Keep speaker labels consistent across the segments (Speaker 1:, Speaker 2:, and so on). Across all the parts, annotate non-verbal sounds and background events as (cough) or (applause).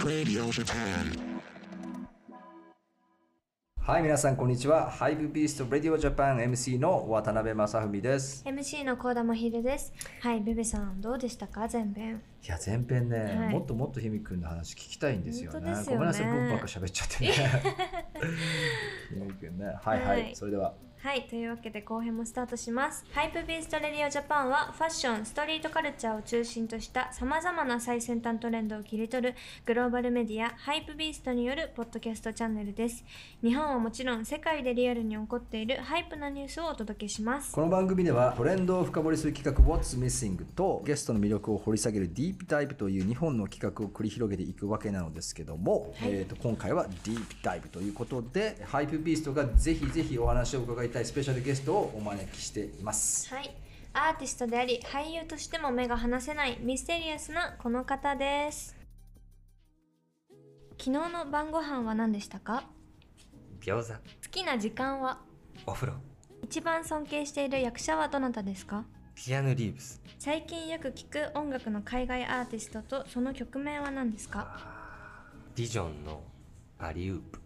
Speaker 1: Radio Japan.
Speaker 2: はい、皆さん、こんにちは。ハイブビースト・レディオ・ジャパン MC の渡辺正文です。
Speaker 3: MC の高田真秀です。はい、ベベさんどうでしたか全編。
Speaker 2: いや、前編ね、
Speaker 3: はい
Speaker 2: もっともっとひみくんの話聞きたいんですよね。
Speaker 3: 本当ですよね
Speaker 2: ごめんなさい、分ばっか喋っちゃ
Speaker 3: (laughs)
Speaker 2: ってね。ひみくんね。はいはい、
Speaker 3: はい
Speaker 2: それでは。
Speaker 3: はい、というわけで後編もスタートします。ハイプビーストレディオジャパンはファッション、ストリートカルチャーを中心とした様々な最先端トレンドを切り取るグローバルメディアハイプビーストによるポッドキャストチャンネルです。日本はもちろん世界でリアルに起こっているハイプなニュースをお届けします。
Speaker 2: この番組ではトレンドを深掘りする企画 What's Missing とゲストの魅力を掘り下げるディープダイブという2本の企画を繰り広げていくわけなのですけども、えー、と今回はディープダイブということでハイプビーストがぜひぜひお話を伺いたいスペシャルゲストをお招きしています。
Speaker 3: はい。アーティストであり、俳優としても目が離せないミステリアスなこの方です。昨日の晩ご飯は何でしたか
Speaker 4: 餃子
Speaker 3: 好きな時間は
Speaker 4: お風呂
Speaker 3: 一番尊敬している役者はどなたですか
Speaker 4: キアヌ・リーブス
Speaker 3: 最近よく聞く音楽の海外アーティストとその曲名は何ですか
Speaker 4: ビジョンのアリウープ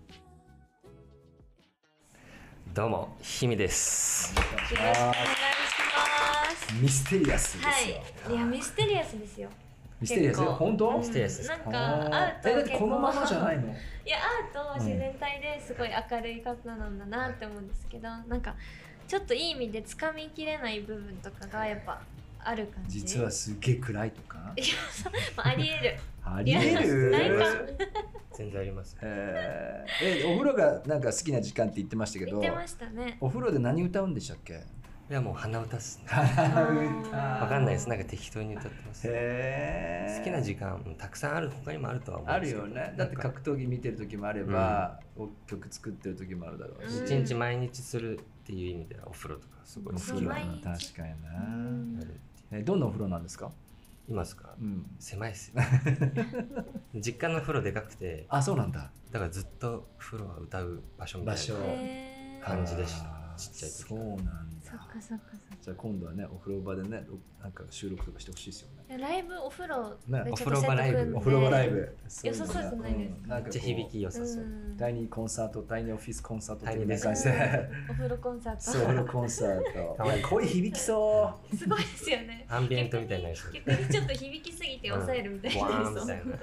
Speaker 4: どうもひみです
Speaker 3: よろしくお願いします
Speaker 2: ミステリアスで
Speaker 3: は
Speaker 2: すよ。
Speaker 3: いいやミステリアスですよ
Speaker 2: ミステリアス
Speaker 3: 結構
Speaker 2: 本当
Speaker 3: うん
Speaker 2: ミステリアスです
Speaker 3: なんか
Speaker 2: あ
Speaker 3: ア
Speaker 2: ー
Speaker 3: ート
Speaker 2: え、だ
Speaker 3: は
Speaker 2: って
Speaker 3: 結構
Speaker 2: このままじゃない
Speaker 4: (laughs)
Speaker 2: の
Speaker 3: いやアートは自然体ですごい明るい方なんだなって思うんですけど、なんかちょっといい意味で掴みきれない部分とかがやっぱある感じ
Speaker 2: 実はすげえ暗いとか
Speaker 3: い。やそうまあありえる
Speaker 2: ありえる
Speaker 3: いやない
Speaker 4: 全然あります
Speaker 2: えーえお風呂がなんか好きな時間って言ってましたけ
Speaker 3: 言
Speaker 2: ど
Speaker 3: ってましたね
Speaker 2: お風呂で何歌うんでしたっけ
Speaker 4: いやもう鼻歌っすね
Speaker 3: ー
Speaker 4: わかんないですなんか適当に歌ってます
Speaker 2: へー
Speaker 4: 好きな時間うんたくさんある他にもあるとは思う
Speaker 2: あ
Speaker 4: んで
Speaker 2: る
Speaker 4: すけど
Speaker 2: よねだって
Speaker 4: なんか
Speaker 2: 格闘技見てる時もあれば、曲作ってる時もあるだろうし、
Speaker 3: うん
Speaker 4: 一日毎日するっていう意味ではお風呂とかすごい
Speaker 2: お
Speaker 4: 好
Speaker 2: 風
Speaker 4: き
Speaker 2: 呂
Speaker 4: な
Speaker 2: は
Speaker 3: 毎日
Speaker 2: 確かに
Speaker 3: う
Speaker 2: な、
Speaker 3: ん
Speaker 2: えどんなお風呂なんですか、
Speaker 4: 今ですか
Speaker 2: うん、
Speaker 4: 狭いっすよ実家の風呂でかくて
Speaker 2: あそうなんだ
Speaker 4: だからずっと風呂は歌う場所みたい
Speaker 2: 場所
Speaker 4: な
Speaker 3: へー
Speaker 4: 感じでした
Speaker 2: あー
Speaker 4: ちっちゃい時
Speaker 2: そうなん
Speaker 3: そっ
Speaker 2: だ
Speaker 3: かそっかそっか
Speaker 2: じゃあ今度はねお風呂場でねろなんか収録とかしてほしいですよね
Speaker 3: いやライブお風呂
Speaker 2: ね
Speaker 3: でちょっと
Speaker 4: お風呂場ライ
Speaker 3: セッ
Speaker 4: ブ
Speaker 3: ト組んで
Speaker 2: お風呂場ライブ
Speaker 3: 良さそうじゃないですか
Speaker 2: んなんか
Speaker 4: めっ
Speaker 2: こ
Speaker 4: ちゃ
Speaker 2: う
Speaker 4: 響き良さそううん
Speaker 2: 第二コンサート第二オフィスコンサート
Speaker 4: 第二
Speaker 2: で
Speaker 4: で
Speaker 2: い
Speaker 4: す
Speaker 2: 感じで
Speaker 3: うんお風呂コンサー
Speaker 2: (laughs)
Speaker 3: ト
Speaker 2: ソウルコンサ (laughs) ート。
Speaker 4: 可愛い
Speaker 2: 声響きそ
Speaker 3: すごいですよね
Speaker 4: アンビエントみたいになりそう
Speaker 3: 逆にちょっと響きすぎて抑えるみたいになり
Speaker 4: う
Speaker 3: そ
Speaker 4: んわー
Speaker 3: う
Speaker 4: みたいな
Speaker 2: う。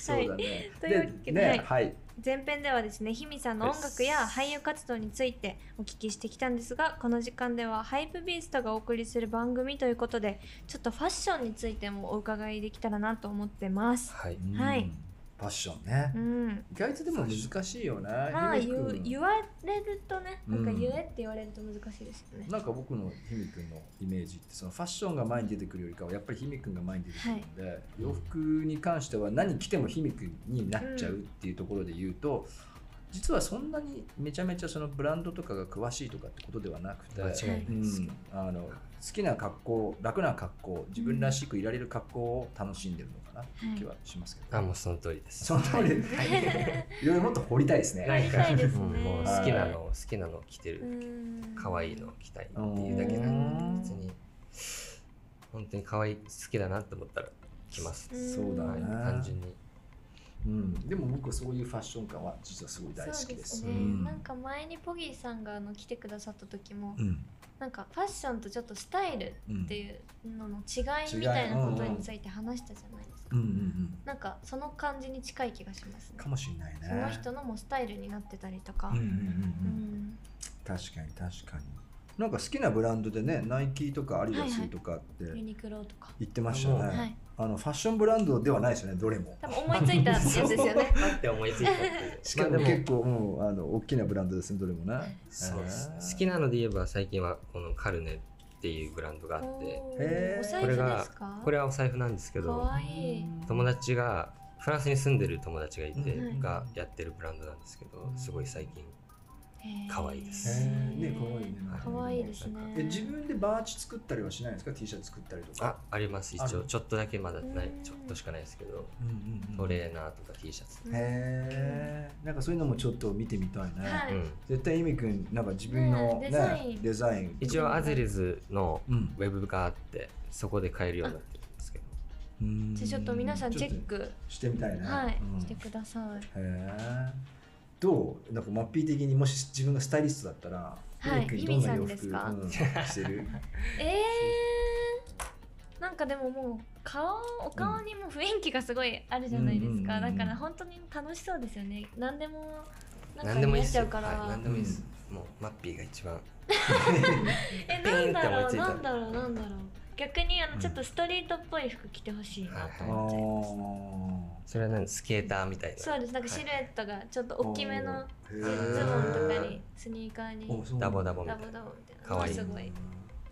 Speaker 2: そうだね。
Speaker 3: というわけで
Speaker 2: ね、はい。
Speaker 3: 前編ではですねひみさんの音楽や俳優活動についてお聞きしてきたんですがこの時間ではハイプビーストがお送りする番組ということでちょっとファッションについてもお伺いできたらなと思ってます
Speaker 4: はい
Speaker 3: はい
Speaker 2: うん。ファッションね
Speaker 3: う。ん
Speaker 2: 意外とでも難しいよね。
Speaker 3: まあ
Speaker 2: ひみ
Speaker 3: 言
Speaker 2: くん
Speaker 3: う言われるとねなんか
Speaker 2: うん
Speaker 3: 言えって言われると難しいですよね、
Speaker 2: なんか僕のひみくんのイメージってそのファッションが前に出てくるよりかはやっぱりひみくんが前に出てくるので、洋服に関しては何着てもひみくんになっちゃうっていうところで言うと、実はそんなにめちゃめちゃそのブランドとかが詳しいとかってことではなくて
Speaker 4: 間違いないです、
Speaker 2: うん、あの好きな格好楽な格好自分らしくいられる格好を楽しんでるのかなって気はしますけど、
Speaker 4: あもうその通りです
Speaker 2: その通りです、い、ろいろもっと掘りたいですね、
Speaker 3: やりたいですね
Speaker 4: うんもう好きなのを好きなのを着て
Speaker 3: う
Speaker 4: る
Speaker 3: ん
Speaker 4: 可愛いのを着たいっていうだけな
Speaker 2: うん
Speaker 4: んで別に本当に可愛い好きだなって思ったら着ます、
Speaker 3: うん
Speaker 2: そうだ
Speaker 4: はい、
Speaker 2: ね
Speaker 4: 単純に
Speaker 2: うん、でも僕はそういうファッション感は実はすごい大好
Speaker 3: そう
Speaker 2: き
Speaker 3: で
Speaker 2: です
Speaker 3: すね、
Speaker 2: うん
Speaker 3: なんか前にポギーさんがあの来てくださった時も、
Speaker 2: うん
Speaker 3: なんかファッションとちょっとスタイル
Speaker 2: うん
Speaker 3: っていうのの違いみたいなことについて話したじゃないですか、
Speaker 2: うんうんうん
Speaker 3: なんかその感じに近い気がしますね
Speaker 2: かもしれないね
Speaker 3: その人のもうスタイルになってたりとか、
Speaker 2: うんうんうん
Speaker 3: う
Speaker 2: うん
Speaker 3: ん
Speaker 2: 確かに確かになんか好きなブランドでねナイキとかアリダスとかって
Speaker 3: ユニクロとか、
Speaker 2: 言ってましたよね、
Speaker 4: はい
Speaker 3: はい、
Speaker 2: あのファッションブランドではないですよねどれも
Speaker 3: 多分思いついたやつです
Speaker 2: (laughs)
Speaker 3: よね
Speaker 4: パッて思いついたっていう (laughs)
Speaker 2: しかも
Speaker 4: まあでも
Speaker 2: 結構、うん、あの大きなブランドですねどれもね
Speaker 4: そうです
Speaker 2: へー
Speaker 4: 好きなので言えば最近はこのカルネっていうブランドがあって
Speaker 3: お
Speaker 2: へー
Speaker 3: ーお財
Speaker 4: こ
Speaker 3: 布
Speaker 4: れ
Speaker 3: で
Speaker 4: が
Speaker 3: すか
Speaker 4: これはお財布なんですけ
Speaker 3: か
Speaker 4: ど
Speaker 3: わいい
Speaker 4: 友達がフランスに住んでる友達がいて、
Speaker 3: うん
Speaker 4: がやってるブランドなんですけどすごい最近
Speaker 3: へー
Speaker 4: 可愛いです
Speaker 2: へーね可愛いね
Speaker 3: 可愛いですね
Speaker 2: え自分でバーチ作ったりはしないんですか T シャツ作ったりとか
Speaker 4: ああります一
Speaker 2: あ
Speaker 4: 応
Speaker 2: る
Speaker 4: ちょっとだけまだない
Speaker 3: うん
Speaker 4: ちょっとしかないですけど
Speaker 2: うんうんうん
Speaker 4: トレーナーとか T シャツ、
Speaker 2: へえんかそういうのもちょっと見てみたいね、
Speaker 3: はい
Speaker 4: うん、
Speaker 2: 絶対ゆみくんなんか自分の、ね
Speaker 3: ねデザイン
Speaker 2: デザイン
Speaker 4: 一応アゼリズの
Speaker 2: うん
Speaker 4: ウェブがあってそこで買えるようになってるんですけど
Speaker 2: うん
Speaker 3: じゃあちょっと皆さんチェック、
Speaker 2: してみたいね、
Speaker 3: はい、
Speaker 2: うん
Speaker 3: してください。
Speaker 2: へえどうなんかマッピー的にもし自分がスタイリストだったら、
Speaker 3: はい
Speaker 2: よく
Speaker 3: ひ
Speaker 2: どん
Speaker 3: み
Speaker 2: な
Speaker 3: さん
Speaker 2: 洋
Speaker 3: です
Speaker 2: 服、
Speaker 3: か
Speaker 2: うん、して
Speaker 4: (laughs)
Speaker 2: る
Speaker 3: えー、なんかでももう顔お顔にもう雰囲気がすごいあるじゃないですか、
Speaker 2: うんうんうんうん
Speaker 3: だから本当に楽しそうですよね何でもなん
Speaker 4: 何
Speaker 3: か
Speaker 4: でもい
Speaker 3: 似
Speaker 4: い
Speaker 3: 合っ
Speaker 4: っす
Speaker 3: ちゃ
Speaker 4: よ
Speaker 3: うから、
Speaker 4: はい、何でもいいです、もうマッピーが一番
Speaker 3: え
Speaker 4: ピーン
Speaker 3: な
Speaker 4: (laughs) っ
Speaker 3: んだ
Speaker 4: て思
Speaker 3: ろう
Speaker 4: いついた
Speaker 3: なんだろうなんだろう逆にあのちょっとストリートっぽい服着てほしいなと
Speaker 2: あ
Speaker 3: 思っちゃいます、
Speaker 4: それは何スケーターみたいな
Speaker 3: そうですなんかシルエットがちょっと大きめの
Speaker 2: ズ
Speaker 3: ズボンとかにスニーカーに
Speaker 4: ダボダボみた
Speaker 3: ダ
Speaker 4: い
Speaker 3: ボ
Speaker 4: な
Speaker 3: ダボみたいな
Speaker 4: かわいい
Speaker 3: すごい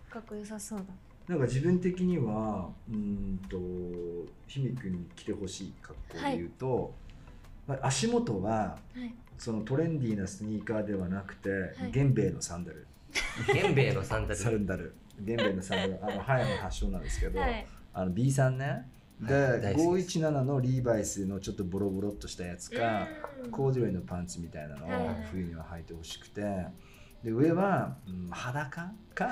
Speaker 3: かっこよさそうだ
Speaker 2: なんか自分的にはうーんとひみくんに着てほしい格好で言うと、まあ、足元は
Speaker 3: はい
Speaker 2: そのトレンディーなスニーカーではなくて、
Speaker 3: い
Speaker 2: ゲンベイのサンダル
Speaker 4: ゲンベイのサンダ
Speaker 2: サ
Speaker 4: ル
Speaker 2: ンダルゲンベイのサ
Speaker 3: (laughs)
Speaker 2: ンダルあの葉山発祥なんですけど、
Speaker 3: はい
Speaker 2: あの B さんねで、
Speaker 4: はい大好きです
Speaker 2: 517のリーバイスのちょっとボロボロっとしたやつか、
Speaker 3: うん
Speaker 2: コーデュロイのパンツみたいなのを
Speaker 3: はいはい
Speaker 2: 冬には履いてほしくてで上は、うん、裸か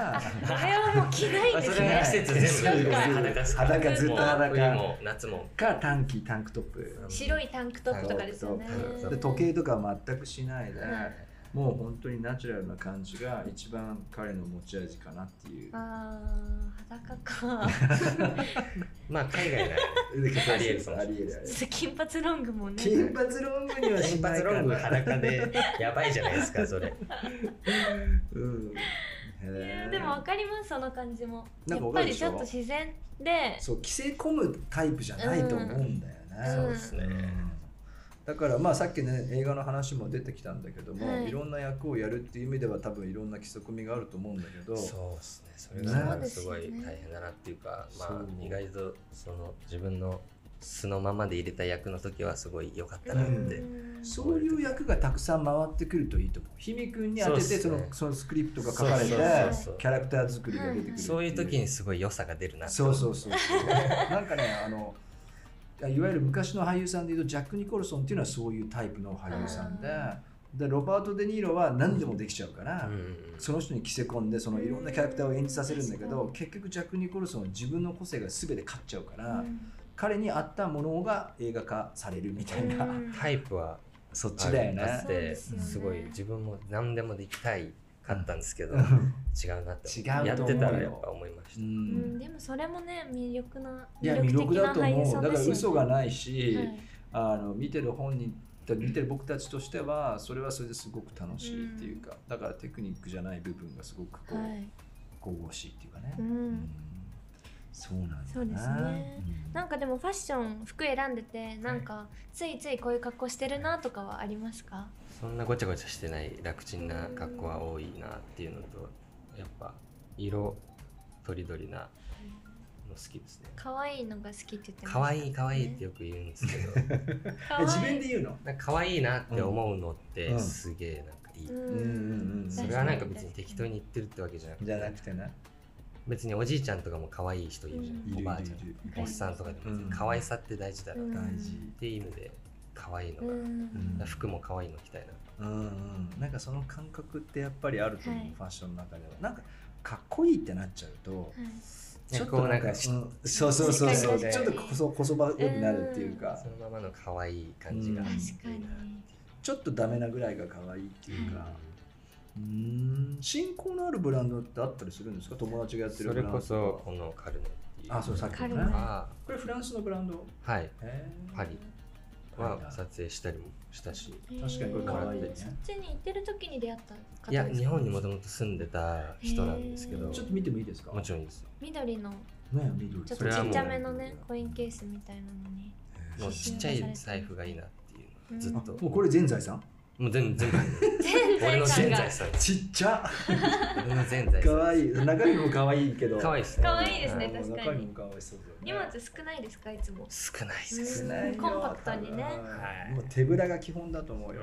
Speaker 3: これはもう着ないん
Speaker 4: あ
Speaker 3: で
Speaker 4: そ
Speaker 3: す
Speaker 4: れは季
Speaker 3: ね
Speaker 4: 節全部
Speaker 3: そっか
Speaker 4: 裸っす
Speaker 2: 裸
Speaker 3: ずっと
Speaker 2: 裸
Speaker 4: 冬も夏も
Speaker 2: か短期タンクトップ
Speaker 3: 白いタンクトップとかですよね
Speaker 4: タンクトップ
Speaker 2: で時計とかは全くしないで、
Speaker 3: はい
Speaker 2: もう本当にナチュラルな感じが一番彼の持ち味かなっていう。
Speaker 3: あー裸か
Speaker 2: (laughs)
Speaker 4: まあ海外なら
Speaker 2: で
Speaker 4: ありえるかも
Speaker 2: ありえるありえる
Speaker 3: ちょっと金髪ロングもね
Speaker 2: 金髪ロングにはし
Speaker 4: 金
Speaker 2: ないか
Speaker 4: 髪
Speaker 2: (laughs)
Speaker 4: ロング
Speaker 2: な。
Speaker 4: 裸でやばいじゃないですかそれ
Speaker 2: うん。へー
Speaker 3: でも分かりますその感じも
Speaker 2: なん
Speaker 3: や
Speaker 2: か
Speaker 3: っ
Speaker 2: わか
Speaker 3: ぱ
Speaker 2: るで
Speaker 3: り
Speaker 2: し
Speaker 3: ち
Speaker 2: ょ
Speaker 3: ょっと自然で
Speaker 2: そう着せ込むタイプじゃないと思うんだよね。
Speaker 3: うんそうっ
Speaker 4: すね
Speaker 2: だからまあさっきね映画の話も出てきたんだけども、
Speaker 3: はい
Speaker 2: い、ろんな役をやるっていう意味では多分いろんな規則みがあると思うんだけど
Speaker 4: そうですねそれがなんかすご
Speaker 3: そ
Speaker 4: い
Speaker 3: で
Speaker 4: う
Speaker 3: すよね
Speaker 4: 大変だなっていうかま
Speaker 2: そう
Speaker 4: あ意外とその自分の素のままで入れた役の時はすごい良かった
Speaker 3: う
Speaker 4: なっ
Speaker 2: ん
Speaker 4: て
Speaker 3: ん
Speaker 2: そういう役がたくさん回ってくるといいと思う。ひみくんに当ててそ
Speaker 4: そう
Speaker 2: の
Speaker 4: っすね
Speaker 2: そのスクリプトが書かれて
Speaker 4: そう
Speaker 3: そう
Speaker 4: そうそう
Speaker 2: キャラクター作りが出てくるって
Speaker 4: そういう時にすごい良さが出るなって
Speaker 2: そうそうそうそう。なんかねあのいわゆる昔の俳優さんでいうとジャック・ニコルソンっていうのはそういうタイプの俳優さんで
Speaker 3: あ
Speaker 2: でロバート・デ・ニーロは何でもできちゃうから。
Speaker 4: うんうん
Speaker 2: その人に着せ込んでそのいろんなキャラクターを演じさせるんだけ
Speaker 3: う
Speaker 2: ど
Speaker 3: ん
Speaker 2: 結局ジャック・ニコルソンは自分の個性が全て勝っちゃうか
Speaker 3: う
Speaker 2: ら、
Speaker 3: ん
Speaker 2: 彼に合ったものが映画化されるみたいな、
Speaker 3: うん
Speaker 4: タイプは
Speaker 2: そっちだよ
Speaker 4: あ
Speaker 2: ね
Speaker 4: っ
Speaker 3: そうで
Speaker 4: て
Speaker 3: すよね
Speaker 4: すごい自分も何でもできたいかったんですけ
Speaker 2: (laughs)
Speaker 4: ど
Speaker 2: う
Speaker 4: 違
Speaker 2: ん
Speaker 4: うなって
Speaker 2: 違うと思うよ
Speaker 4: やってたらやっぱ思いまし
Speaker 2: う
Speaker 4: た
Speaker 3: うん
Speaker 2: ん
Speaker 3: でもそれもね魅力ない
Speaker 2: や魅力だと思う
Speaker 3: 魅力的な俳優さん
Speaker 2: だから
Speaker 3: です
Speaker 2: 嘘
Speaker 3: よ
Speaker 2: が
Speaker 3: ね
Speaker 2: ないし、
Speaker 3: はい
Speaker 2: あの見てる本人と見てる僕たちとしてはそれはそれですごく楽しいっていうか、だからテクニックじゃない部分がすごくこう、
Speaker 3: はい
Speaker 2: 神々しいっていうかね、
Speaker 3: うん
Speaker 2: そうなんだな
Speaker 3: そうですね
Speaker 2: うん
Speaker 3: なんかでもファッション服選んでてなんかついついこういう格好してるなとかはありますか
Speaker 4: そんなごちゃごちゃしてない楽ちんな格好は多いなっていうのとやっぱ色とりどりなの好きですね
Speaker 3: 可愛いのが好きって言ってました
Speaker 4: 可愛い可愛いってよく言うんですけ
Speaker 3: (laughs)
Speaker 4: ど
Speaker 3: 可
Speaker 2: え
Speaker 3: 愛い
Speaker 2: 自分で言うの
Speaker 4: なんか可愛いなって思うのって
Speaker 2: うん
Speaker 4: すげえなんかいい、
Speaker 3: うん
Speaker 2: うんうんうん
Speaker 4: それはなんか別に適当に言ってるってわけじゃなく
Speaker 2: じ
Speaker 4: て
Speaker 2: ゃなくてね
Speaker 4: 別におじいちゃんとかも可愛い人いるじゃん、
Speaker 3: うん
Speaker 4: おばあちゃん
Speaker 2: る
Speaker 3: る
Speaker 4: おっさんとかでも別に可愛さって大事だな
Speaker 3: うん
Speaker 4: っ
Speaker 2: 大事
Speaker 4: ていう意味で可愛いの
Speaker 3: う
Speaker 4: が、
Speaker 3: ん
Speaker 2: うん
Speaker 4: 服も可愛いの着たいな
Speaker 2: うんうんなんかその感覚ってやっぱりあると思う、
Speaker 3: はい
Speaker 2: ファッションの中ではなんかかっこいいってなっちゃうと
Speaker 3: はい
Speaker 2: ちょっとなんか
Speaker 4: なんかこう
Speaker 2: うんそうそうそうそう
Speaker 4: 確かに
Speaker 2: ちょっとこそこそばよくなるっていうか、
Speaker 4: そのままの可愛い感じが
Speaker 2: うん
Speaker 4: いいなって
Speaker 3: 確かに
Speaker 2: ちょっとダメなぐらいが可愛いっていうか
Speaker 4: うん、
Speaker 2: うん、信仰のあるブランドってあったりするんですか友達がやってるブ
Speaker 4: それ
Speaker 2: ランド
Speaker 4: こそこのカルネっていう
Speaker 2: あそうさっきの
Speaker 3: カル
Speaker 2: ね
Speaker 3: ネ
Speaker 4: は
Speaker 2: これフランスのブランド
Speaker 4: はい
Speaker 2: へー
Speaker 4: パリ
Speaker 2: パリ
Speaker 4: は
Speaker 2: だ
Speaker 4: 撮影したりもしたし
Speaker 2: 確かにこれ可愛いね
Speaker 3: そっちに行ってる時に出会った方
Speaker 4: いや
Speaker 3: ですか
Speaker 4: 日本にもともと住んでた人なんですけ
Speaker 3: へ
Speaker 4: ど
Speaker 3: ー
Speaker 2: ちょっと見てもいいですか
Speaker 4: もちろんいいです
Speaker 3: 緑の
Speaker 2: ね緑
Speaker 3: ちょっ
Speaker 4: そ
Speaker 3: と
Speaker 4: れ
Speaker 3: ち
Speaker 4: は
Speaker 3: っ
Speaker 4: もう
Speaker 3: ちゃめのねコインケースみたいなのに
Speaker 4: もうちっちゃ
Speaker 3: 刺繍
Speaker 4: い
Speaker 3: がされてる
Speaker 4: 財布がいいなっていう
Speaker 3: う
Speaker 4: の
Speaker 3: ん
Speaker 4: ずっ
Speaker 2: あ
Speaker 4: と
Speaker 2: もうこれ全財産
Speaker 4: もう全全部
Speaker 3: 全
Speaker 4: 俺の
Speaker 3: 然
Speaker 4: (laughs)
Speaker 3: 感
Speaker 4: 全
Speaker 3: が
Speaker 4: 財産です
Speaker 2: ちっちゃ
Speaker 4: 俺の全財
Speaker 2: (laughs)
Speaker 4: 産
Speaker 2: 可愛い中身も可愛いけど
Speaker 4: 可愛い
Speaker 2: い
Speaker 4: ですね
Speaker 3: 可愛いですね
Speaker 2: うん
Speaker 3: 確
Speaker 2: 中
Speaker 3: かに
Speaker 2: 身も可愛そうだ
Speaker 3: 荷
Speaker 2: よ
Speaker 3: 物
Speaker 2: ね
Speaker 3: 少ないですかいつも
Speaker 4: 少ないです
Speaker 3: 少
Speaker 2: 少
Speaker 4: ね
Speaker 2: ないよ
Speaker 3: コンパクトにね
Speaker 4: はい
Speaker 2: もう手ぶらが基本だと思うよ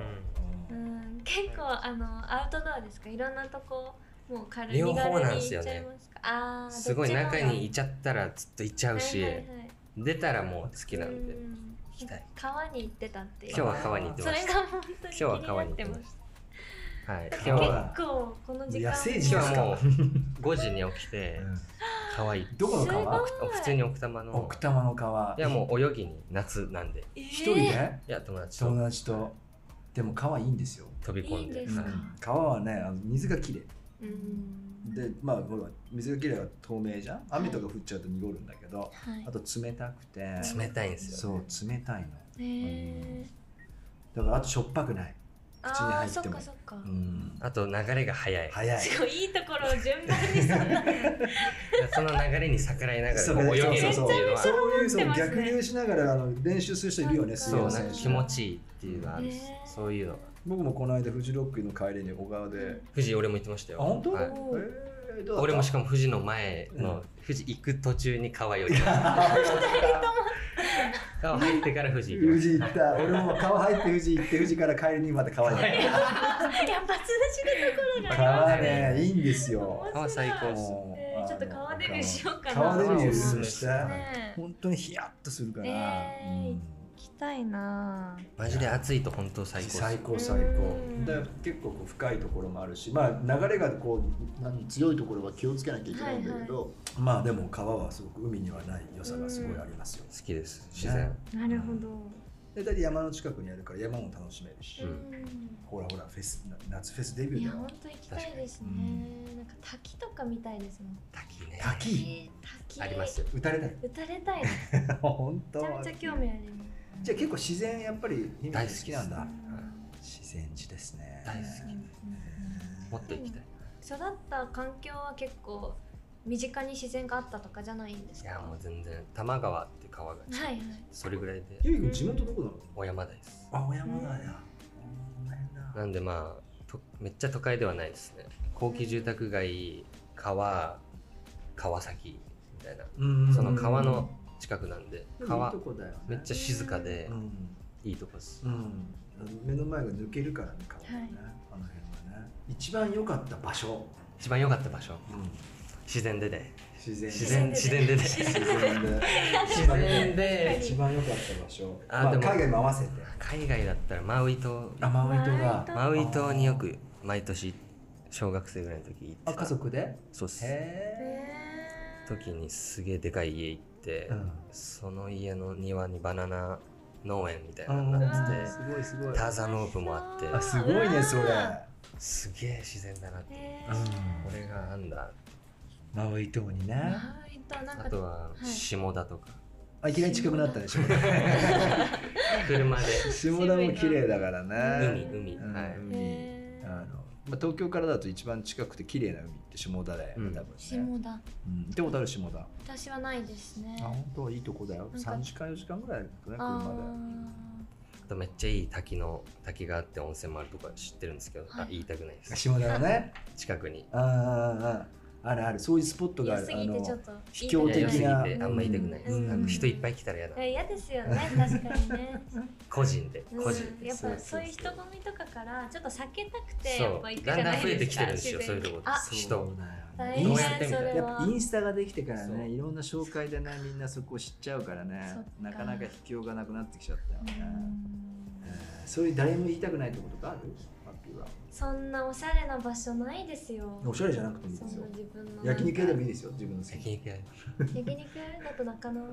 Speaker 3: う
Speaker 2: うん
Speaker 3: ん結構あのアウトドアですかいろんなとこもう軽い
Speaker 4: 両
Speaker 3: 身
Speaker 4: 方な
Speaker 3: 軽
Speaker 4: んで
Speaker 3: に行
Speaker 4: すよ
Speaker 3: っちゃい
Speaker 4: ね
Speaker 3: ますかああ
Speaker 4: すごい中にいちゃったらずっといちゃうし
Speaker 3: はいはいはい
Speaker 4: 出たらもう好きなんで
Speaker 3: うん
Speaker 4: 行きたい
Speaker 3: 川に行ってたっていう
Speaker 4: 今日は川に行って
Speaker 3: そ
Speaker 4: ま
Speaker 3: れ
Speaker 4: した
Speaker 3: が本当に
Speaker 4: 今
Speaker 3: 気
Speaker 4: 日は
Speaker 3: にな
Speaker 4: 川に
Speaker 3: っ
Speaker 4: 行って
Speaker 3: ま
Speaker 4: てますしたはい今日
Speaker 2: 川
Speaker 4: は
Speaker 2: は
Speaker 3: 結構この時間
Speaker 2: 野生児
Speaker 4: 今
Speaker 2: で
Speaker 4: 日
Speaker 2: す
Speaker 4: はも
Speaker 2: か (laughs)
Speaker 4: う5時に起きて可愛い
Speaker 2: どこの
Speaker 3: す
Speaker 2: 川
Speaker 3: ごい
Speaker 4: 奥普通に奥多摩の
Speaker 2: 奥多摩の川
Speaker 4: いやもう泳ぎに夏なんで
Speaker 3: えー
Speaker 2: 一人で
Speaker 4: いや友達と
Speaker 2: 友達とでも川いいんですよ
Speaker 4: 飛び
Speaker 3: いい
Speaker 4: 込ん
Speaker 3: ん
Speaker 4: で
Speaker 3: ですか
Speaker 4: はい
Speaker 2: 川はねあの水がきれい
Speaker 3: うん
Speaker 2: でまあほら水がきれいは透明じゃん雨とか降っちゃうと濁るんだけど、
Speaker 3: はい
Speaker 2: あと冷たくて
Speaker 4: 冷たいんですよ、
Speaker 2: そう冷たいの
Speaker 3: へー
Speaker 2: だからあとしょっぱくない、
Speaker 3: あ
Speaker 2: 口に入
Speaker 3: ー
Speaker 2: って
Speaker 3: そっ
Speaker 2: も
Speaker 3: かそっか、
Speaker 2: うん、
Speaker 4: あと流れが速い
Speaker 2: 早い
Speaker 3: すごいいいところを順番にそんな
Speaker 4: その流れに逆らいなが
Speaker 2: そ
Speaker 4: ら
Speaker 2: う
Speaker 4: こう泳げる
Speaker 2: そ
Speaker 4: っ
Speaker 2: うそ
Speaker 4: て
Speaker 2: う
Speaker 4: いうのは
Speaker 2: そういう
Speaker 3: そ
Speaker 2: そ
Speaker 3: う
Speaker 2: う
Speaker 3: 思ってますね
Speaker 2: 逆流しながらあの練習する人いるよね
Speaker 3: そ
Speaker 2: 水
Speaker 4: そう
Speaker 2: 泳
Speaker 4: な
Speaker 2: 選
Speaker 4: んか
Speaker 2: 手
Speaker 4: 気持ちいいっていうのはあるし
Speaker 3: ねえ
Speaker 4: そういうのが
Speaker 2: 僕もこの間フジロックの帰りに小川で
Speaker 4: 富士俺も行ってました
Speaker 2: あ
Speaker 4: よ
Speaker 2: 本当、
Speaker 4: はい
Speaker 2: えーどうだった
Speaker 4: 俺もしかも富士の前
Speaker 2: うん
Speaker 4: の富士行く途中に川よりました川入ってから富士行きま
Speaker 2: 富
Speaker 4: し
Speaker 2: 士行った俺も川入って富士行って富士から帰りにまた川に行っ
Speaker 3: (laughs) いやっぱ通じるところ
Speaker 2: た
Speaker 3: があります
Speaker 2: 川
Speaker 3: ね
Speaker 2: ねいいんですよ
Speaker 3: 面白い
Speaker 4: た川最高です
Speaker 2: もう
Speaker 3: えーちょっと川デビューしようかな
Speaker 2: 川デビュー
Speaker 4: そうです
Speaker 2: して
Speaker 4: ね
Speaker 3: ねえ
Speaker 2: 本当にヒヤッとするから、
Speaker 3: えー
Speaker 2: うん
Speaker 3: 行きたいな
Speaker 4: マジで暑いと本当最高です
Speaker 2: 最高最
Speaker 3: うん
Speaker 2: 高だから結構こう深いところもあるしまあ流れがこ
Speaker 1: なん強いところは気をつけなきゃいけないんだけど、
Speaker 2: うまあでも川はすごく海にはない良さがすごいありますよ、
Speaker 4: 好きです自然
Speaker 3: なるほど、
Speaker 2: で大体山の近くにあるから山も楽しめるし、
Speaker 4: うん
Speaker 2: ほらほらフェスな夏フェスデビュ
Speaker 3: い
Speaker 2: ー
Speaker 3: や
Speaker 2: だよ
Speaker 3: 本当行きたいですね
Speaker 2: 確かに
Speaker 3: なんか滝とかみたいですもん
Speaker 4: 滝ね
Speaker 2: 滝
Speaker 3: えー滝
Speaker 4: ありますよ
Speaker 2: 打たれない
Speaker 3: 打たれたいです
Speaker 2: (laughs) 本当
Speaker 3: めちゃめちゃ興味あります
Speaker 2: じゃあ結構自然やっぱり姫好きなん
Speaker 3: う
Speaker 2: だ
Speaker 3: ん
Speaker 2: 自然地ですね
Speaker 4: 大好
Speaker 3: うんうん
Speaker 4: もっと行きたい
Speaker 3: 育った環境は結構身近に自然があったとかじゃないんです
Speaker 4: い
Speaker 3: か
Speaker 4: やもう全然多摩川っていう川が
Speaker 3: はいはい
Speaker 4: それぐらいで
Speaker 2: ゆうくん地元どこなの
Speaker 4: 小山台です
Speaker 2: 青山だよごめんな
Speaker 4: なんでまあとめっちゃ都会ではないですね高級住宅街川川崎みたいな
Speaker 2: うん
Speaker 4: その川の近くなんで
Speaker 2: でもいい
Speaker 4: 川
Speaker 2: とこだよね
Speaker 4: めっちゃ静かで
Speaker 2: うん
Speaker 4: いいとこです
Speaker 2: うん、あの目の前が抜けるからね川がね、
Speaker 3: はい
Speaker 2: あの辺はね一番良かった場所、
Speaker 4: 一番良かった場所
Speaker 2: うん、
Speaker 4: 自然でで
Speaker 2: 自然
Speaker 4: 自然自然でで
Speaker 2: 自然で
Speaker 4: 自然で
Speaker 2: 一番良かった場所
Speaker 4: あ
Speaker 2: まあ、
Speaker 4: でも
Speaker 2: 海外も合わせて
Speaker 4: 海外だったらマウイ島
Speaker 2: あマウイ島
Speaker 3: マウイ
Speaker 2: が
Speaker 3: 島
Speaker 4: マウイ島によく毎年小学生ぐらいの時行ってた
Speaker 2: あ家族で
Speaker 4: そうっす
Speaker 2: へ
Speaker 3: へー
Speaker 4: 時にすげえでかい家行って、
Speaker 2: え、うん
Speaker 4: その家の庭にバナナ農園みたいな
Speaker 2: う
Speaker 4: のが
Speaker 2: ん
Speaker 4: あって
Speaker 2: すごいすごい
Speaker 4: ターザンロープもあって
Speaker 2: あすごいねそれ
Speaker 3: うわ
Speaker 4: すげえ自然だなって
Speaker 3: へー
Speaker 2: うん
Speaker 4: 俺があんだ
Speaker 2: マウイ島にね
Speaker 3: マウイ島なん
Speaker 4: あ
Speaker 3: か
Speaker 4: とは下田とか、
Speaker 2: あいきなり近くなったで
Speaker 3: (laughs)
Speaker 2: しょ
Speaker 4: 車で
Speaker 2: 下田も綺麗だから
Speaker 4: 海
Speaker 2: ね
Speaker 4: 海、
Speaker 2: うん
Speaker 4: はい
Speaker 2: 海
Speaker 3: へ
Speaker 2: あ
Speaker 3: ー
Speaker 2: のまあ、東京からだと一番近くて綺麗な海って下田だよ、
Speaker 4: うん
Speaker 2: 多分ね
Speaker 3: 下田
Speaker 2: うん、行ってことある下田あ
Speaker 3: 私はないですね
Speaker 2: 本当いいとこだよ
Speaker 3: なんか
Speaker 2: 3時間4時間ぐらいかな
Speaker 3: あ
Speaker 2: 車で
Speaker 4: あとめっちゃいい滝の滝があって温泉もあるとか知ってるんですけど、
Speaker 3: はい
Speaker 4: あ言いたくないです
Speaker 2: 下田のね
Speaker 4: 近くに
Speaker 2: あーあーあーあるあるそういうスポット
Speaker 3: ー
Speaker 2: があ
Speaker 3: 良
Speaker 2: る
Speaker 3: す
Speaker 2: あ
Speaker 3: ぎてちょっ
Speaker 2: の
Speaker 3: と
Speaker 2: 秘境
Speaker 4: いや良
Speaker 2: 的
Speaker 4: すぎて
Speaker 2: な
Speaker 4: あんま言いたくないです、
Speaker 3: うん
Speaker 4: なんか人いっぱい来たら嫌だ、
Speaker 3: いや嫌ですよね確かに
Speaker 4: (laughs)
Speaker 3: ね
Speaker 4: 個人で
Speaker 3: うん
Speaker 4: 個人で、
Speaker 3: やっ
Speaker 2: そうそうそう
Speaker 3: ぱそういう人混みとかからちょっと避けたくてやっ
Speaker 4: そ
Speaker 3: ぱ行く
Speaker 4: う
Speaker 3: じ
Speaker 4: だ
Speaker 3: ゃ
Speaker 4: んだ
Speaker 3: なんい
Speaker 4: 増えて
Speaker 3: で
Speaker 4: き
Speaker 3: す
Speaker 4: て
Speaker 3: か
Speaker 4: るんですよそういうとこ
Speaker 3: あ
Speaker 2: そう
Speaker 4: 人
Speaker 2: だよ
Speaker 3: 大
Speaker 2: ね
Speaker 4: ど
Speaker 3: 変
Speaker 4: うやって
Speaker 3: そ
Speaker 4: みたいな
Speaker 3: れ
Speaker 2: やっぱ
Speaker 3: は
Speaker 2: インスタができてから
Speaker 4: そう
Speaker 2: ねいろんな紹介でねみんなそこを知っちゃうからね
Speaker 3: そっか
Speaker 2: なかなか秘境がなくなってきちゃったよ
Speaker 3: う
Speaker 2: ね、
Speaker 3: ん
Speaker 2: えーそういう誰も言いたくないってことがあるマッキーは
Speaker 3: そんなおしゃれな場所ないですよ
Speaker 2: おしゃれじゃなくてもいい
Speaker 3: そ
Speaker 2: です
Speaker 3: ん
Speaker 2: よ
Speaker 3: な自分のなんか
Speaker 2: 焼肉屋でもいいですよ自分の好
Speaker 4: 焼
Speaker 2: き
Speaker 4: 肉屋
Speaker 3: 焼肉だと中野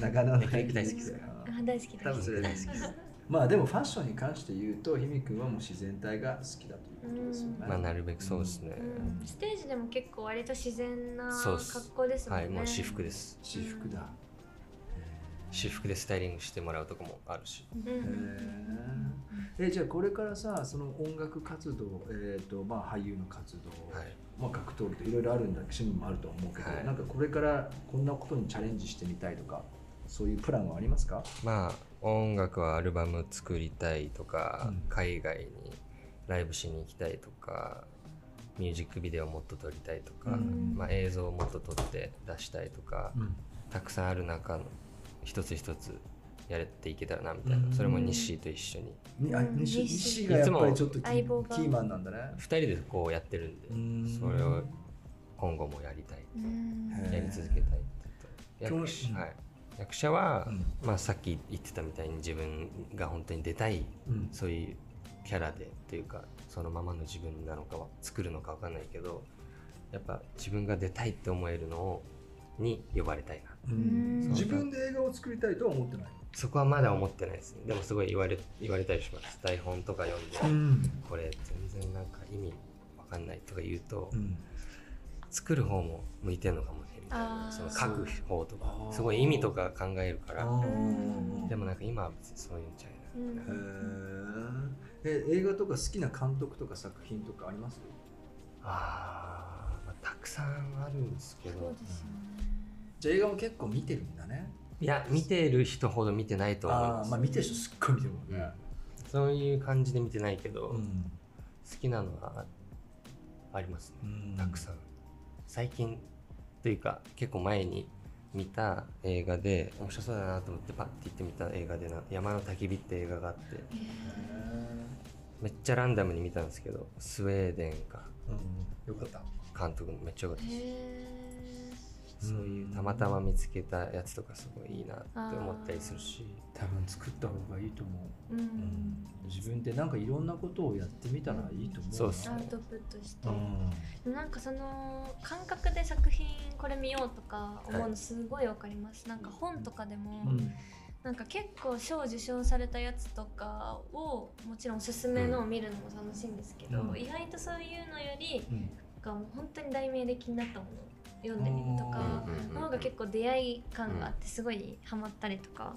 Speaker 2: 中野の焼肉
Speaker 4: 焼肉大好きです
Speaker 3: あ大好
Speaker 2: (laughs)
Speaker 3: き
Speaker 2: 多
Speaker 3: だ
Speaker 2: 分それ大好きですまあでもファッションに関して言うとひみくんはもう自然体が好きだということですよね、
Speaker 4: まあなるべくそうですね、
Speaker 3: うんステージでも結構割と自然な
Speaker 4: そうっす
Speaker 3: 格好ですもん
Speaker 4: は
Speaker 3: ね
Speaker 4: いもう私服です
Speaker 2: 私服だ
Speaker 4: 私服でスタイリングしてもらうとこもあるし
Speaker 3: うん
Speaker 2: へええじゃあこれからさその音楽活動、えーとまあ、俳優の活動、
Speaker 4: はい
Speaker 2: まあ、格闘技といろいろあるんだ趣味もあると思うけど、
Speaker 4: はい
Speaker 2: なんかこれからこんなことにチャレンジしてみたいとかそういうプランはありますか
Speaker 4: まあ音楽はアルバム作りたいとか、
Speaker 2: うん
Speaker 4: 海外にライブしに行きたいとかミュージックビデオもっと撮りたいとか、
Speaker 2: うん
Speaker 4: まあ、映像をもっと撮って出したいとか、
Speaker 2: ん
Speaker 4: たくさんある中の一つ一つやれていけたらなみたいな、
Speaker 2: うん
Speaker 4: それも日誌と一緒に
Speaker 2: にあ
Speaker 3: うん
Speaker 2: 西
Speaker 3: 西
Speaker 2: 西がやっぱりちょっとキ
Speaker 3: いつも
Speaker 2: ーキーマンなんだね
Speaker 4: 2人でこうやってるんで、それを今後もやりたい
Speaker 3: うん
Speaker 2: へー
Speaker 4: やり続けたいと
Speaker 2: 興
Speaker 4: 役
Speaker 2: 味
Speaker 4: 者,、はい、役者は、
Speaker 2: うん
Speaker 4: まあ、さっき言ってたみたいに自分が本当に出たい
Speaker 2: うん
Speaker 4: そういうキャラでというかそのままの自分なのかは作るのかわかんないけどやっぱ自分が出たいって思えるのをに呼ばれたいな
Speaker 3: うん
Speaker 2: 自分で映画を作りたいとは思ってない。
Speaker 4: そこはまだ思ってないですねでもすごい言われ言われたりします台本とか読んで、
Speaker 2: ん。
Speaker 4: これ全然なんか意味わかんないとか言うと、作る方も向いてるのかもねみたい
Speaker 3: あー
Speaker 4: なその書く方とか
Speaker 2: あー
Speaker 4: すごい意味とか考える
Speaker 2: あ
Speaker 4: から
Speaker 2: ー
Speaker 4: でもなんか今は別にそういうんじゃないな、
Speaker 3: うん
Speaker 2: へーえ映画とか好きな監督とか作品とかあります
Speaker 4: あー、まあたくさんあるんですけど
Speaker 3: ですよね
Speaker 2: じゃあ映画も結構見てるんだね。
Speaker 4: いや見てる人ほど見てないと思い
Speaker 2: あ
Speaker 4: ま
Speaker 2: あ、
Speaker 4: す、
Speaker 2: まあ見てる人すっごい見てるもん
Speaker 4: う
Speaker 2: ね
Speaker 4: ん。そういう感じで見てないけど、好
Speaker 2: ん。
Speaker 4: きなのはありますね
Speaker 2: うん
Speaker 4: たくさん、最近というか結構前に見た映画で面白そうだなと思ってパッて行ってみた映画でな「山の焚き火」って映画があってめっちゃランダムに見たんですけどスウェーデンか
Speaker 2: うん。よかった。
Speaker 4: 監督もめっちゃ良かったです
Speaker 3: へ
Speaker 4: そういうたまたま見つけたやつとかすごいいいなって思ったりするし
Speaker 2: 多分作った方がいいと思
Speaker 3: ーう
Speaker 2: う。
Speaker 3: ん
Speaker 2: 自分でなんかいろんなことをやってみたらいいと思う。
Speaker 4: そうっす
Speaker 3: アウトプットして
Speaker 2: う
Speaker 3: で
Speaker 2: ん。
Speaker 3: もなんかその感覚で作品これ見ようとか思うのすごいわかりますなんか本とかでも
Speaker 2: うん。
Speaker 3: なんか結構賞受賞されたやつとかをもちろんおすすめのを見るのも楽しいんですけど、
Speaker 2: うん
Speaker 3: 意外とそういうのより
Speaker 2: うん
Speaker 3: なんかもう本当に題名で気になったものを読んでみるとか
Speaker 4: うんうんうんうん
Speaker 3: の方が結構出会い感があってすごいハマったりとか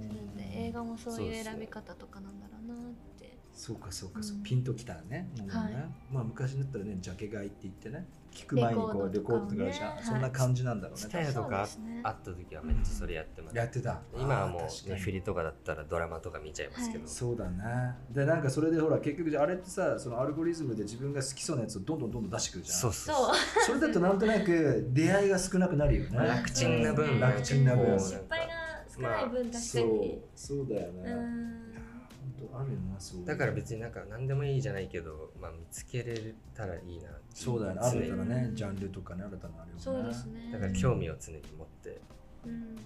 Speaker 3: するんで、映画もそう
Speaker 4: そう
Speaker 3: い
Speaker 4: で
Speaker 3: う
Speaker 4: すね
Speaker 3: 選び方とかなんだろうなって
Speaker 2: そうかそうかそう、
Speaker 3: うん
Speaker 2: ピンときたらねもうね、
Speaker 3: はい
Speaker 2: まあ昔だったらねジャケ買いって言ってね聞く前にこうレ
Speaker 3: レ
Speaker 2: コ
Speaker 3: コ
Speaker 2: ー
Speaker 3: ー
Speaker 2: ドと
Speaker 3: ドと
Speaker 2: か
Speaker 3: か
Speaker 2: で
Speaker 3: ね
Speaker 2: しょ、
Speaker 3: はい
Speaker 2: そんな感じなんだろうね
Speaker 4: スタイルとかあ
Speaker 3: そうですね
Speaker 4: あった時はめっちゃそれやってます、
Speaker 2: やってた
Speaker 4: 今はも
Speaker 2: あー確
Speaker 4: う
Speaker 2: か
Speaker 4: ね
Speaker 2: に
Speaker 4: フリとかだったらドラマとか見ちゃいますけど、
Speaker 2: そうだねでなんかそれでほら結局じゃああれってさそのアルゴリズムで自分が好きそうなやつをどんどんどんどん出してくるじゃん
Speaker 4: そうそう
Speaker 3: そう
Speaker 2: それだとなんとなく出会いが少なくなるよね
Speaker 4: 楽ちんな分
Speaker 2: うん楽ちんな分
Speaker 4: なんかこう
Speaker 3: 失敗が少ない分確か
Speaker 2: そう
Speaker 3: に、
Speaker 2: そうだよね、
Speaker 3: う
Speaker 2: い
Speaker 3: ん
Speaker 2: や本当あるよなそういう
Speaker 4: だから別になんか何でもいいじゃないけど、まあ、見つけれたらいいなってい
Speaker 2: そうだよね
Speaker 4: 常
Speaker 2: 新
Speaker 4: に
Speaker 2: たなねジャンルとかね新たなのあるよね
Speaker 3: そうですね
Speaker 4: だから興味を常に持って
Speaker 3: うん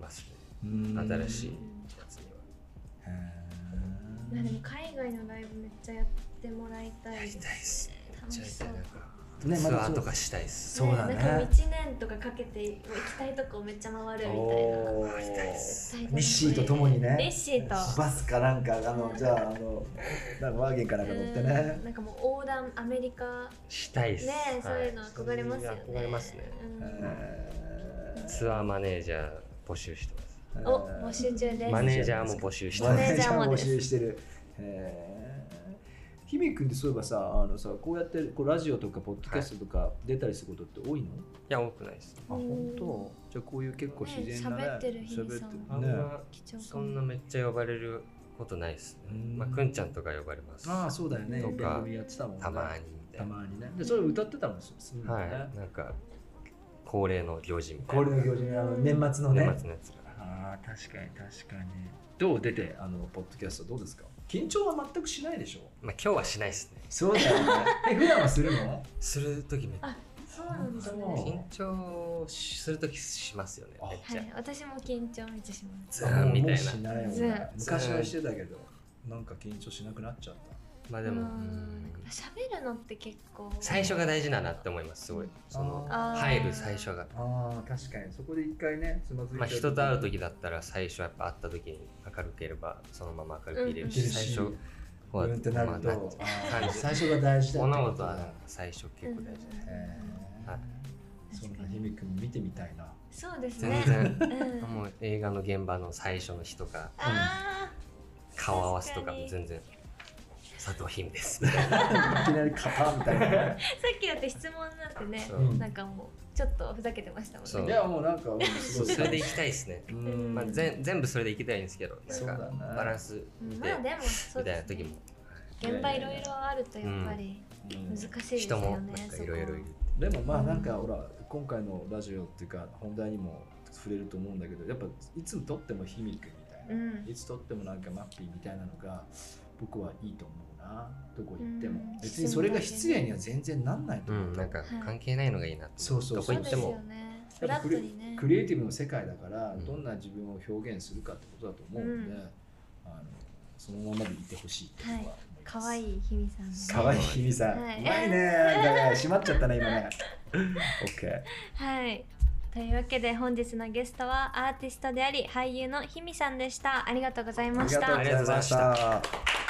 Speaker 4: ますね
Speaker 2: うん
Speaker 4: 新しいやつには
Speaker 2: へ
Speaker 3: いやでも海外のライブめっちゃやってもらいた
Speaker 4: や
Speaker 3: い
Speaker 4: りたいっす
Speaker 3: 楽
Speaker 4: めっち
Speaker 3: し
Speaker 4: ゃやり
Speaker 3: そ
Speaker 4: た
Speaker 3: う
Speaker 4: い
Speaker 2: ーね
Speaker 4: なんかツ
Speaker 2: まだそ
Speaker 4: アー
Speaker 2: う
Speaker 4: とかしたいっす
Speaker 2: そうだね
Speaker 3: なんか1年とかかけて行きたいとこめっちゃ回るみたいな
Speaker 2: お
Speaker 4: 行きたいっす
Speaker 3: 最後に
Speaker 2: ミッシーと共にね
Speaker 3: ミッシーと
Speaker 2: バスかなんかあのじゃああのなんかワーゲンかなんか乗って
Speaker 3: う
Speaker 2: ね
Speaker 3: んなんかもう横断アメリカ
Speaker 4: したいっす
Speaker 3: ねえそう
Speaker 4: はい
Speaker 3: いうの憧れますよね
Speaker 4: そういう憧れますね
Speaker 3: うん
Speaker 2: え
Speaker 4: ツアーマネージャー募集してます
Speaker 2: ー
Speaker 3: お募集中です
Speaker 4: マネージャーも募集して
Speaker 2: マ
Speaker 4: ま
Speaker 2: ネ
Speaker 4: す
Speaker 2: ージャーも募
Speaker 3: マネージャーも
Speaker 2: 集
Speaker 3: で
Speaker 2: してるへー日々君ってそういえばさあのさこうやってこうラジオとかポッドキャストとか出たりすることって多いの、
Speaker 4: いや多くないです
Speaker 2: あ
Speaker 3: うん
Speaker 2: 本当じゃあこういう結構自然なね
Speaker 3: ね喋ってる日々
Speaker 2: 喋
Speaker 3: さん
Speaker 4: あ
Speaker 2: っ
Speaker 4: ん
Speaker 2: て
Speaker 4: ま、
Speaker 2: ね
Speaker 3: 貴重かも
Speaker 4: そんなめっちゃ呼ばれることないっすね
Speaker 2: うん
Speaker 4: まあくんちゃんとか呼ばれます
Speaker 2: ああそうだよね
Speaker 4: とか
Speaker 2: 番組やってたもんね
Speaker 4: たまにみた
Speaker 2: た
Speaker 4: いな
Speaker 2: まにねでそれを歌ってたもんですよ、
Speaker 4: は
Speaker 2: ね
Speaker 4: いなんか恒例の行事みたい
Speaker 2: 恒
Speaker 4: な
Speaker 2: 例の行事ねあの年末のね
Speaker 4: 年末のやつが
Speaker 2: ああ確かに確かにどう出てあのポッドキャストどうですか緊張は全くしないでしょ
Speaker 4: まあ今日はしないっすね
Speaker 2: そうだよね (laughs) え普段はするの
Speaker 4: する時めっ
Speaker 3: そうなんですね
Speaker 2: そう
Speaker 4: 緊張する時しますよね
Speaker 2: あ
Speaker 4: めっ
Speaker 3: は
Speaker 4: ちゃ
Speaker 3: い私も緊張めっちゃします
Speaker 4: ズーンみたい
Speaker 2: もうし
Speaker 4: な
Speaker 2: ないよ
Speaker 3: ズ
Speaker 2: ね
Speaker 3: ー
Speaker 2: 昔はしてたけどなんか緊張しなくなっちゃった
Speaker 4: まあでも
Speaker 3: うん
Speaker 4: うん
Speaker 3: なんか喋るのって結構
Speaker 4: 最初が大事だなって思いますすごいその
Speaker 3: あー
Speaker 4: 入る最初が
Speaker 2: あー確かにそこで一回ねつまずい
Speaker 4: まあ人と会う時
Speaker 2: だ
Speaker 4: だったら最初やっぱ会った時に明るければそのまま明るくいれる
Speaker 2: け
Speaker 4: し
Speaker 2: る
Speaker 3: うん
Speaker 2: し
Speaker 4: 最初こ
Speaker 2: う
Speaker 4: うや
Speaker 2: んってなると、
Speaker 4: まあ
Speaker 2: あー
Speaker 4: 感じ
Speaker 2: 最初が大事だって
Speaker 4: 物
Speaker 2: こと
Speaker 4: 事
Speaker 2: だ
Speaker 4: はなんか最初結構大事
Speaker 3: うん
Speaker 2: へー
Speaker 4: はい
Speaker 2: そんなひみくん見てみたいな (laughs)
Speaker 3: そうですね
Speaker 4: 全然
Speaker 3: うん
Speaker 4: もう映画の現場の最初の日とか
Speaker 3: あ
Speaker 4: 顔合わせとかも全然佐藤姫です
Speaker 2: いきなり肩みたいなね
Speaker 3: ーさっきだって質問なんてね
Speaker 4: そう
Speaker 2: うん
Speaker 3: なんかもうちょっとふざけてましたもん
Speaker 4: そう
Speaker 3: ね
Speaker 2: いやもうなんかうんす
Speaker 4: そ
Speaker 2: ご
Speaker 4: う
Speaker 2: い
Speaker 4: それで行きたいですね
Speaker 2: うん
Speaker 4: まあ全全部それで行きたいんですけどなん
Speaker 2: そうだ
Speaker 4: か
Speaker 2: な
Speaker 4: バランス見
Speaker 3: うん
Speaker 4: て
Speaker 3: まあでもそ
Speaker 4: み
Speaker 3: う
Speaker 4: たい
Speaker 3: で
Speaker 4: な
Speaker 3: すね
Speaker 4: 時も
Speaker 3: 現場いろいろあるとやっぱり
Speaker 2: うん
Speaker 3: 難しいです
Speaker 4: 人
Speaker 3: よ
Speaker 4: も
Speaker 3: ね
Speaker 4: なん
Speaker 3: そ
Speaker 4: か
Speaker 3: こ
Speaker 4: いろいろいる
Speaker 2: でもまあなんかほら今回のラジオっていうか本題にも触れると思うんだけどやっぱいつ撮ってもひみくんみたい
Speaker 3: う
Speaker 2: な、
Speaker 3: ん
Speaker 2: いつ撮ってもなんかマッピーみたいなのが僕はいいと思うなどこ行っても、
Speaker 3: うん
Speaker 2: 別にそれが失礼には全然なんないと
Speaker 4: う
Speaker 2: 思う、
Speaker 4: んなんか
Speaker 3: はい
Speaker 4: 関係ないのがいいなって
Speaker 2: そうそう
Speaker 4: ど
Speaker 2: そ
Speaker 4: こ
Speaker 2: う
Speaker 4: 行っ
Speaker 3: そ
Speaker 4: て
Speaker 3: うです
Speaker 4: も
Speaker 3: よねフ
Speaker 2: や
Speaker 3: ラ
Speaker 2: っぱ
Speaker 3: ットにね
Speaker 2: クリエイティブの世界だから、
Speaker 4: うん
Speaker 2: どんな自分を表現するかってことだと思うので、
Speaker 3: うん
Speaker 2: あのそのままでいてほしいっていうのは思います
Speaker 3: 可愛いひみさんです
Speaker 2: 可愛いひみさん、
Speaker 3: はいう
Speaker 2: まいねだから閉まっちゃったね今ね OK
Speaker 3: はい。とというわけで本日のゲストはアーティストであり俳優のひみさんでしたありがとうございました
Speaker 4: ありがとうございました
Speaker 2: ありがとうございました